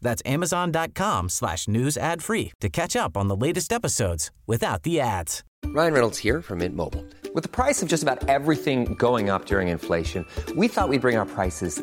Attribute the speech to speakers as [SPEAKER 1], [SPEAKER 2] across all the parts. [SPEAKER 1] That's amazon.com slash news ad free to catch up on the latest episodes without the ads.
[SPEAKER 2] Ryan Reynolds here from Mint Mobile. With the price of just about everything going up during inflation, we thought we'd bring our prices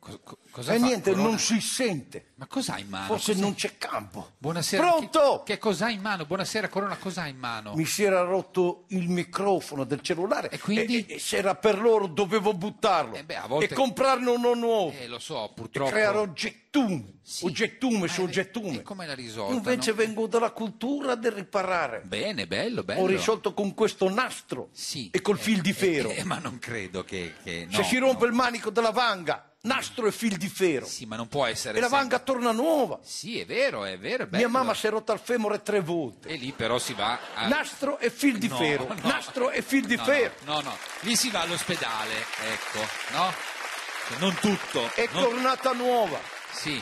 [SPEAKER 3] Co- co- cosa
[SPEAKER 4] E
[SPEAKER 3] fa
[SPEAKER 4] niente,
[SPEAKER 3] Corona? Ah,
[SPEAKER 4] non si sente.
[SPEAKER 3] Ma cos'ha in mano?
[SPEAKER 4] Forse
[SPEAKER 3] Cos'ha-
[SPEAKER 4] non c'è campo.
[SPEAKER 3] Buonasera.
[SPEAKER 4] Pronto!
[SPEAKER 3] Che, che cos'ha in mano? Buonasera Corona, cos'ha in mano?
[SPEAKER 4] Mi si era rotto il microfono del cellulare
[SPEAKER 3] E quindi?
[SPEAKER 4] e- e se era per loro dovevo buttarlo
[SPEAKER 3] Eh beh, a volte-
[SPEAKER 4] e comprarne uno nuovo
[SPEAKER 3] Eh, lo so,
[SPEAKER 4] e
[SPEAKER 3] purtroppo.
[SPEAKER 4] creare oggettume,
[SPEAKER 3] Sì.
[SPEAKER 4] oggettume su
[SPEAKER 3] Ma-
[SPEAKER 4] oggettume.
[SPEAKER 3] e come l'ha risolta,
[SPEAKER 4] Invece
[SPEAKER 3] no?
[SPEAKER 4] vengo dalla cultura del riparare.
[SPEAKER 3] Bene, bello, bello.
[SPEAKER 4] Ho risolto con questo nastro
[SPEAKER 3] Sì.
[SPEAKER 4] e col fil di
[SPEAKER 3] Eh,
[SPEAKER 4] ferro.
[SPEAKER 3] eh, ma non credo che... che-
[SPEAKER 4] se
[SPEAKER 3] no,
[SPEAKER 4] si rompe
[SPEAKER 3] no.
[SPEAKER 4] il manico della vanga, nastro e fil di ferro.
[SPEAKER 3] Sì, ma non può essere...
[SPEAKER 4] e la
[SPEAKER 3] sempre-
[SPEAKER 4] vanga torna nuova.
[SPEAKER 3] Sì, è vero, è vero, è bello.
[SPEAKER 4] Mia mamma si è rotta il femore tre volte.
[SPEAKER 3] E lì però si va... A...
[SPEAKER 4] Nastro e fil di
[SPEAKER 3] No,
[SPEAKER 4] ferro.
[SPEAKER 3] no.
[SPEAKER 4] Nastro e fil di
[SPEAKER 3] No,
[SPEAKER 4] ferro.
[SPEAKER 3] No, no, no, lì si va all'ospedale, ecco, no? Cioè, Non tutto.
[SPEAKER 4] È
[SPEAKER 3] non-
[SPEAKER 4] tornata nuova.
[SPEAKER 3] Sì,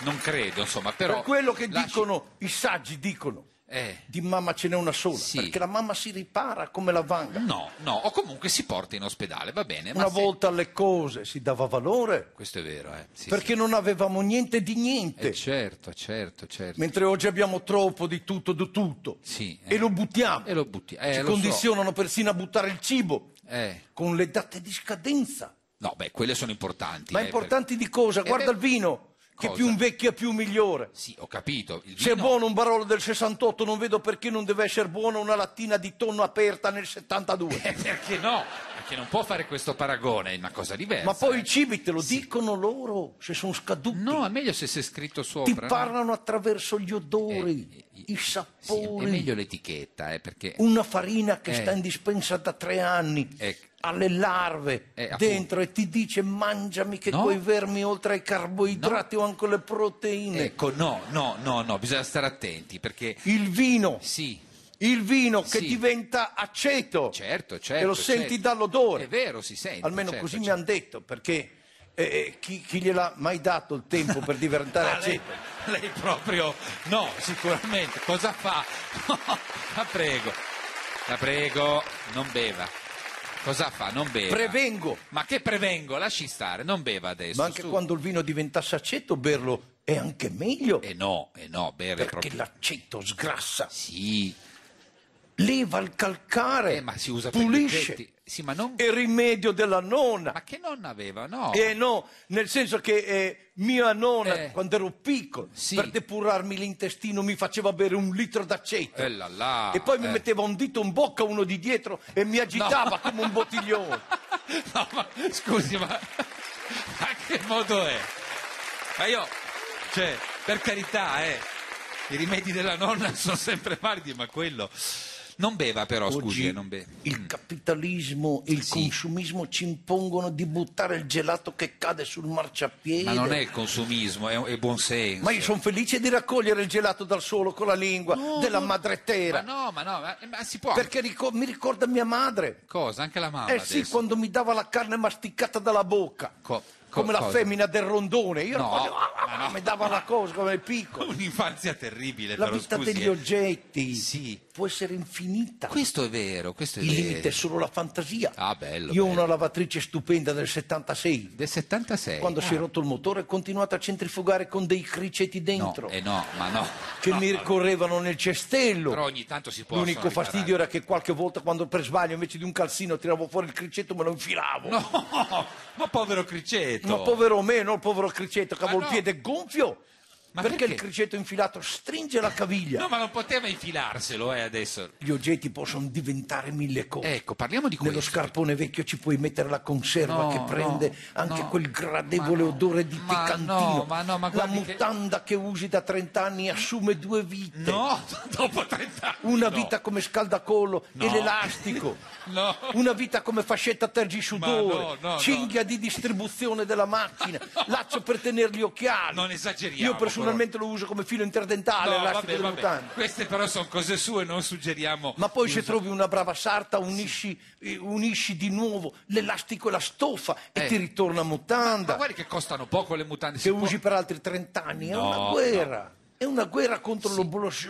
[SPEAKER 3] non credo, insomma, però...
[SPEAKER 4] per quello che
[SPEAKER 3] lasci-
[SPEAKER 4] dicono, i saggi dicono,
[SPEAKER 3] Eh.
[SPEAKER 4] di mamma ce n'è una sola.
[SPEAKER 3] Sì.
[SPEAKER 4] Perché la mamma si ripara come la vanga.
[SPEAKER 3] No, no, o comunque si porta in ospedale, va bene. ma
[SPEAKER 4] Una
[SPEAKER 3] se-
[SPEAKER 4] volta alle cose si dava valore
[SPEAKER 3] Questo è vero, eh. sì,
[SPEAKER 4] perché
[SPEAKER 3] sì.
[SPEAKER 4] non avevamo niente di niente.
[SPEAKER 3] Eh, certo, certo, certo.
[SPEAKER 4] Mentre oggi abbiamo troppo di tutto, di tutto.
[SPEAKER 3] Sì, eh.
[SPEAKER 4] E lo buttiamo.
[SPEAKER 3] E lo butti- eh,
[SPEAKER 4] Ci
[SPEAKER 3] lo so.
[SPEAKER 4] condizionano persino a buttare il cibo.
[SPEAKER 3] Eh.
[SPEAKER 4] Con le date di scadenza.
[SPEAKER 3] No, beh, quelle sono importanti.
[SPEAKER 4] Ma
[SPEAKER 3] eh,
[SPEAKER 4] importanti di cosa? Guarda
[SPEAKER 3] beh,
[SPEAKER 4] il vino, che
[SPEAKER 3] cosa?
[SPEAKER 4] più invecchia più migliore.
[SPEAKER 3] per- Sì, ho capito. Il
[SPEAKER 4] Se è
[SPEAKER 3] vino-
[SPEAKER 4] buono un Barolo del 68, non vedo perché non deve essere buono una lattina di tonno aperta nel 72.
[SPEAKER 3] Eh, perché no? Perché non può fare questo paragone, è una cosa diversa.
[SPEAKER 4] Ma poi
[SPEAKER 3] eh.
[SPEAKER 4] i cibi te lo dicono loro, se sono scaduti.
[SPEAKER 3] No, è meglio se c'è scritto sopra.
[SPEAKER 4] Ti
[SPEAKER 3] no?
[SPEAKER 4] parlano attraverso gli odori,
[SPEAKER 3] Eh, eh,
[SPEAKER 4] i
[SPEAKER 3] Sì, è
[SPEAKER 4] sapori.
[SPEAKER 3] meglio l'etichetta, eh, perché...
[SPEAKER 4] Una farina che
[SPEAKER 3] Eh.
[SPEAKER 4] sta in dispensa da tre anni,
[SPEAKER 3] Eh.
[SPEAKER 4] alle larve
[SPEAKER 3] Eh, appunto.
[SPEAKER 4] dentro e ti dice mangiami che
[SPEAKER 3] No.
[SPEAKER 4] quei vermi oltre ai carboidrati o anche le proteine.
[SPEAKER 3] Ecco, no, no, no, no, bisogna stare attenti, perché...
[SPEAKER 4] Il vino.
[SPEAKER 3] Sì,
[SPEAKER 4] Il vino che
[SPEAKER 3] Sì.
[SPEAKER 4] diventa aceto.
[SPEAKER 3] certo, certo.
[SPEAKER 4] E lo
[SPEAKER 3] certo.
[SPEAKER 4] senti dall'odore.
[SPEAKER 3] È vero, si sente.
[SPEAKER 4] Almeno
[SPEAKER 3] certo,
[SPEAKER 4] così mi
[SPEAKER 3] certo.
[SPEAKER 4] hanno detto, perché eh, chi, chi gliel'ha mai dato il tempo per diventare
[SPEAKER 3] Ah, lei,
[SPEAKER 4] aceto?
[SPEAKER 3] lei proprio no, sicuramente. Cosa fa? la prego, la prego, non beva. Cosa fa? Non beva.
[SPEAKER 4] Prevengo.
[SPEAKER 3] Ma che prevengo? Lasci stare, non beva adesso.
[SPEAKER 4] Ma anche
[SPEAKER 3] su.
[SPEAKER 4] quando il vino diventasse aceto, berlo è anche meglio.
[SPEAKER 3] Eh no, eh no, beve
[SPEAKER 4] perché
[SPEAKER 3] proprio.
[SPEAKER 4] l'aceto sgrassa,
[SPEAKER 3] Sì,
[SPEAKER 4] leva il calcare,
[SPEAKER 3] eh, ma si usa
[SPEAKER 4] pulisce.
[SPEAKER 3] per gli oggetti. Sì, ma non...
[SPEAKER 4] È rimedio della nonna.
[SPEAKER 3] Ma che nonna aveva? No.
[SPEAKER 4] Eh no, nel senso che eh, mia nonna,
[SPEAKER 3] Eh.
[SPEAKER 4] quando ero piccolo,
[SPEAKER 3] Sì.
[SPEAKER 4] per depurarmi l'intestino mi faceva bere un litro d'aceto.
[SPEAKER 3] Eh là là,
[SPEAKER 4] e poi mi
[SPEAKER 3] eh.
[SPEAKER 4] metteva un dito in bocca uno di dietro e mi agitava come un bottiglione.
[SPEAKER 3] No, ma scusi, ma, ma che modo è? Ma io, cioè, per carità, eh, i rimedi della nonna sono sempre validi, ma quello... Non beva però, scusi,
[SPEAKER 4] Oggi
[SPEAKER 3] eh, non beva.
[SPEAKER 4] il capitalismo e il
[SPEAKER 3] Sì.
[SPEAKER 4] consumismo ci impongono di buttare il gelato che cade sul marciapiede.
[SPEAKER 3] Ma non è il consumismo, è, è buon senso.
[SPEAKER 4] Ma io sono felice di raccogliere il gelato dal suolo con la lingua
[SPEAKER 3] No,
[SPEAKER 4] della
[SPEAKER 3] no.
[SPEAKER 4] madretera.
[SPEAKER 3] Ma no, ma no, ma, ma si può...
[SPEAKER 4] Perché ricor- mi ricorda mia madre.
[SPEAKER 3] Cosa? Anche la mamma
[SPEAKER 4] Eh sì,
[SPEAKER 3] Ah, adesso.
[SPEAKER 4] quando mi dava la carne masticata dalla bocca,
[SPEAKER 3] Co- co-
[SPEAKER 4] come la
[SPEAKER 3] cosa?
[SPEAKER 4] femmina del rondone, io
[SPEAKER 3] No,
[SPEAKER 4] facevo, ah, ah,
[SPEAKER 3] ma no.
[SPEAKER 4] mi dava la cosa come piccolo.
[SPEAKER 3] Un'infanzia terribile,
[SPEAKER 4] La
[SPEAKER 3] però,
[SPEAKER 4] vita
[SPEAKER 3] scusi,
[SPEAKER 4] degli
[SPEAKER 3] eh.
[SPEAKER 4] oggetti
[SPEAKER 3] Sì.
[SPEAKER 4] può essere infinita.
[SPEAKER 3] Questo è vero, questo è
[SPEAKER 4] Il
[SPEAKER 3] vero.
[SPEAKER 4] limite è solo la fantasia.
[SPEAKER 3] Ah, bello,
[SPEAKER 4] Io ho
[SPEAKER 3] bello.
[SPEAKER 4] una lavatrice stupenda del 76.
[SPEAKER 3] Del 76.
[SPEAKER 4] Quando si è
[SPEAKER 3] Ah.
[SPEAKER 4] rotto il motore ho continuato a centrifugare con dei criceti
[SPEAKER 3] No,
[SPEAKER 4] dentro
[SPEAKER 3] eh no, ma no.
[SPEAKER 4] che
[SPEAKER 3] No,
[SPEAKER 4] mi
[SPEAKER 3] no,
[SPEAKER 4] ricorrevano nel cestello.
[SPEAKER 3] Però ogni tanto si possono
[SPEAKER 4] L'unico
[SPEAKER 3] riparare.
[SPEAKER 4] fastidio era che qualche volta quando per sbaglio invece di un calzino tiravo fuori il cricetto me lo infilavo.
[SPEAKER 3] No, ma povero Criceto.
[SPEAKER 4] Ma povero me, non il povero Criceto che
[SPEAKER 3] Ma
[SPEAKER 4] avevo il
[SPEAKER 3] no.
[SPEAKER 4] piede gonfio.
[SPEAKER 3] Ma
[SPEAKER 4] perché,
[SPEAKER 3] perché?
[SPEAKER 4] il criceto infilato stringe la caviglia.
[SPEAKER 3] No, ma non poteva infilarselo, eh, adesso.
[SPEAKER 4] Gli oggetti possono diventare mille cose.
[SPEAKER 3] Ecco, parliamo di
[SPEAKER 4] Nello
[SPEAKER 3] questo.
[SPEAKER 4] scarpone vecchio ci puoi mettere la conserva
[SPEAKER 3] No,
[SPEAKER 4] che prende
[SPEAKER 3] no,
[SPEAKER 4] anche
[SPEAKER 3] no,
[SPEAKER 4] quel gradevole
[SPEAKER 3] ma no,
[SPEAKER 4] odore di
[SPEAKER 3] ma
[SPEAKER 4] piccantino.
[SPEAKER 3] no, ma no, ma
[SPEAKER 4] la
[SPEAKER 3] guardi che-
[SPEAKER 4] mutanda che... usi da 30 anni assume due vite.
[SPEAKER 3] No, dopo 30 anni.
[SPEAKER 4] Una
[SPEAKER 3] no.
[SPEAKER 4] vita come scaldacollo
[SPEAKER 3] No.
[SPEAKER 4] e l'elastico.
[SPEAKER 3] No.
[SPEAKER 4] Una vita come fascetta
[SPEAKER 3] Ma
[SPEAKER 4] tergisudore,
[SPEAKER 3] no, no,
[SPEAKER 4] cinghia di distribuzione della macchina, laccio per tenere gli occhiali.
[SPEAKER 3] Non esageriamo,
[SPEAKER 4] Io personalmente lo uso come filo interdentale,
[SPEAKER 3] No,
[SPEAKER 4] l'elastico
[SPEAKER 3] vabbè,
[SPEAKER 4] delle
[SPEAKER 3] vabbè.
[SPEAKER 4] mutande.
[SPEAKER 3] Queste però sono cose sue, non suggeriamo.
[SPEAKER 4] Ma poi se
[SPEAKER 3] uso-
[SPEAKER 4] trovi una brava sarta unisci, eh, unisci di nuovo l'elastico e la stoffa e
[SPEAKER 3] Eh.
[SPEAKER 4] ti ritorna
[SPEAKER 3] Ma
[SPEAKER 4] mutanda
[SPEAKER 3] guardi che costano poco le mutande.
[SPEAKER 4] che
[SPEAKER 3] si può-
[SPEAKER 4] usi per altri 30 anni. È
[SPEAKER 3] No,
[SPEAKER 4] una guerra. È una guerra contro l'oblos-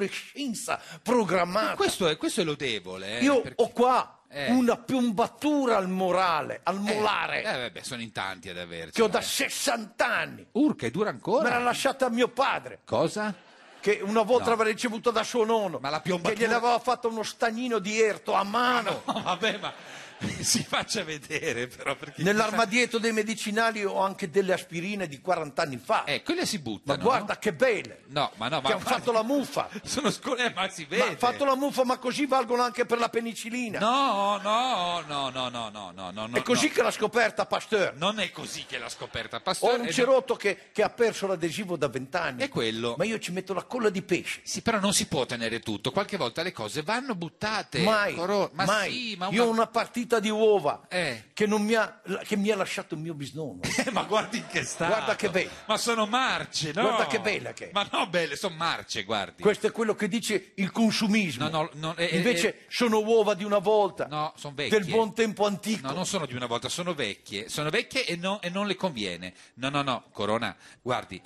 [SPEAKER 4] l'obsolescenza programmata.
[SPEAKER 3] Questo è, questo è lodevole. eh,
[SPEAKER 4] Io
[SPEAKER 3] perché-
[SPEAKER 4] ho qua
[SPEAKER 3] Eh.
[SPEAKER 4] una piombatura al morale, al
[SPEAKER 3] Eh,
[SPEAKER 4] molare,
[SPEAKER 3] eh, vabbè, sono in tanti ad averci.
[SPEAKER 4] che ho da 60 anni.
[SPEAKER 3] Urca, e dura
[SPEAKER 4] Me
[SPEAKER 3] ancora?
[SPEAKER 4] l'ha lasciata mio padre,
[SPEAKER 3] Cosa?
[SPEAKER 4] che una volta aveva ricevuto da suo nonno,
[SPEAKER 3] Ma la
[SPEAKER 4] che
[SPEAKER 3] piombatura-
[SPEAKER 4] gliel'aveva fatto uno stagnino di erto a mano.
[SPEAKER 3] No, vabbè, ma si faccia vedere però perché...
[SPEAKER 4] Nell'armadietto dei medicinali ho anche delle aspirine di 40 anni fa.
[SPEAKER 3] Eh, quelle si
[SPEAKER 4] ma
[SPEAKER 3] buttano.
[SPEAKER 4] guarda che belle!
[SPEAKER 3] No, No, ma no, ma...
[SPEAKER 4] che hanno
[SPEAKER 3] guardi-
[SPEAKER 4] fatto la muffa!
[SPEAKER 3] Sono scuole, ma si
[SPEAKER 4] Ma
[SPEAKER 3] vede.
[SPEAKER 4] hanno fatto la muffa, ma così valgono anche per la penicillina.
[SPEAKER 3] No, no, no, no, no, no, no, no.
[SPEAKER 4] È così
[SPEAKER 3] no.
[SPEAKER 4] che l'ha scoperta Pasteur.
[SPEAKER 3] Non è così che l'ha scoperta
[SPEAKER 4] Ho
[SPEAKER 3] Pastore. eh,
[SPEAKER 4] un
[SPEAKER 3] ed è-
[SPEAKER 4] cerotto che, che ha perso l'adesivo da vent'anni.
[SPEAKER 3] È quello.
[SPEAKER 4] Ma io ci metto la colla di pesce.
[SPEAKER 3] Sì, però non si può tenere tutto. Qualche volta le cose vanno buttate.
[SPEAKER 4] mai,
[SPEAKER 3] Coro- Ma
[SPEAKER 4] mai.
[SPEAKER 3] sì, ma...
[SPEAKER 4] Io ho
[SPEAKER 3] una-
[SPEAKER 4] una partita di uova
[SPEAKER 3] Eh.
[SPEAKER 4] che, non mi ha, che mi ha lasciato il mio bisnonno.
[SPEAKER 3] Eh, ma guardi in che stato.
[SPEAKER 4] Guarda che bella.
[SPEAKER 3] Ma sono marce, no?
[SPEAKER 4] Guarda che bella che è.
[SPEAKER 3] Ma no, belle, sono marce, guardi.
[SPEAKER 4] Questo è quello che dice il consumismo.
[SPEAKER 3] No, no, no, eh, eh,
[SPEAKER 4] Invece sono uova di una volta,
[SPEAKER 3] No, sono vecchie.
[SPEAKER 4] del buon tempo antico.
[SPEAKER 3] No, non sono di una volta, sono vecchie. Sono vecchie e, no- e non le conviene. No, no, no, Corona, guardi,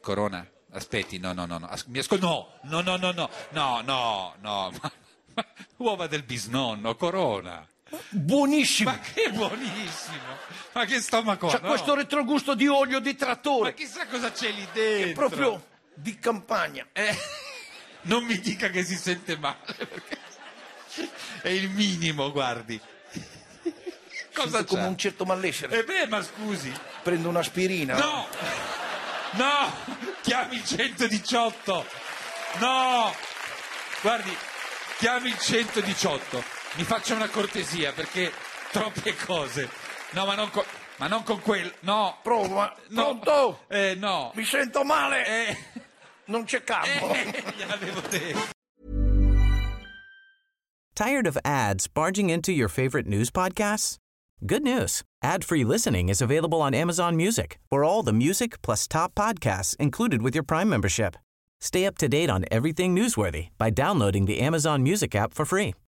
[SPEAKER 3] Corona, aspetti, no, no, no, no, as- mi ascolti, no, no, no, no, no, no, no, no, ma- ma- uova del bisnonno, Corona.
[SPEAKER 4] Buonissimo.
[SPEAKER 3] Ma che buonissimo, ma che stomaco ha,
[SPEAKER 4] C'ha
[SPEAKER 3] no?
[SPEAKER 4] questo retrogusto di olio di
[SPEAKER 3] Ma
[SPEAKER 4] trattore,
[SPEAKER 3] chissà cosa c'è lì dentro.
[SPEAKER 4] proprio di campagna.
[SPEAKER 3] Eh, non mi dica che si sente male, perché è il minimo, guardi. Cosa
[SPEAKER 4] Sento
[SPEAKER 3] c'è?
[SPEAKER 4] come un certo malessere.
[SPEAKER 3] Eh beh, ma scusi.
[SPEAKER 4] Prendo un'aspirina.
[SPEAKER 3] No! No! Chiami il 118! No! Guardi, chiami il 118. Mi faccia una cortesia perché troppe cose. No, ma non con, ma non con quel... No!
[SPEAKER 4] Prova.
[SPEAKER 3] No.
[SPEAKER 4] Pronto?
[SPEAKER 3] Eh, no.
[SPEAKER 4] Mi sento male.
[SPEAKER 3] Eh,
[SPEAKER 4] Non c'è campo.
[SPEAKER 3] eh, gliel'avevo detto.
[SPEAKER 1] Tired of ads barging into your favorite news podcasts? Good news. Ad-free listening is available on Amazon Music for all the music plus top podcasts included with your Prime membership. Stay up to date on everything newsworthy by downloading the Amazon Music app for free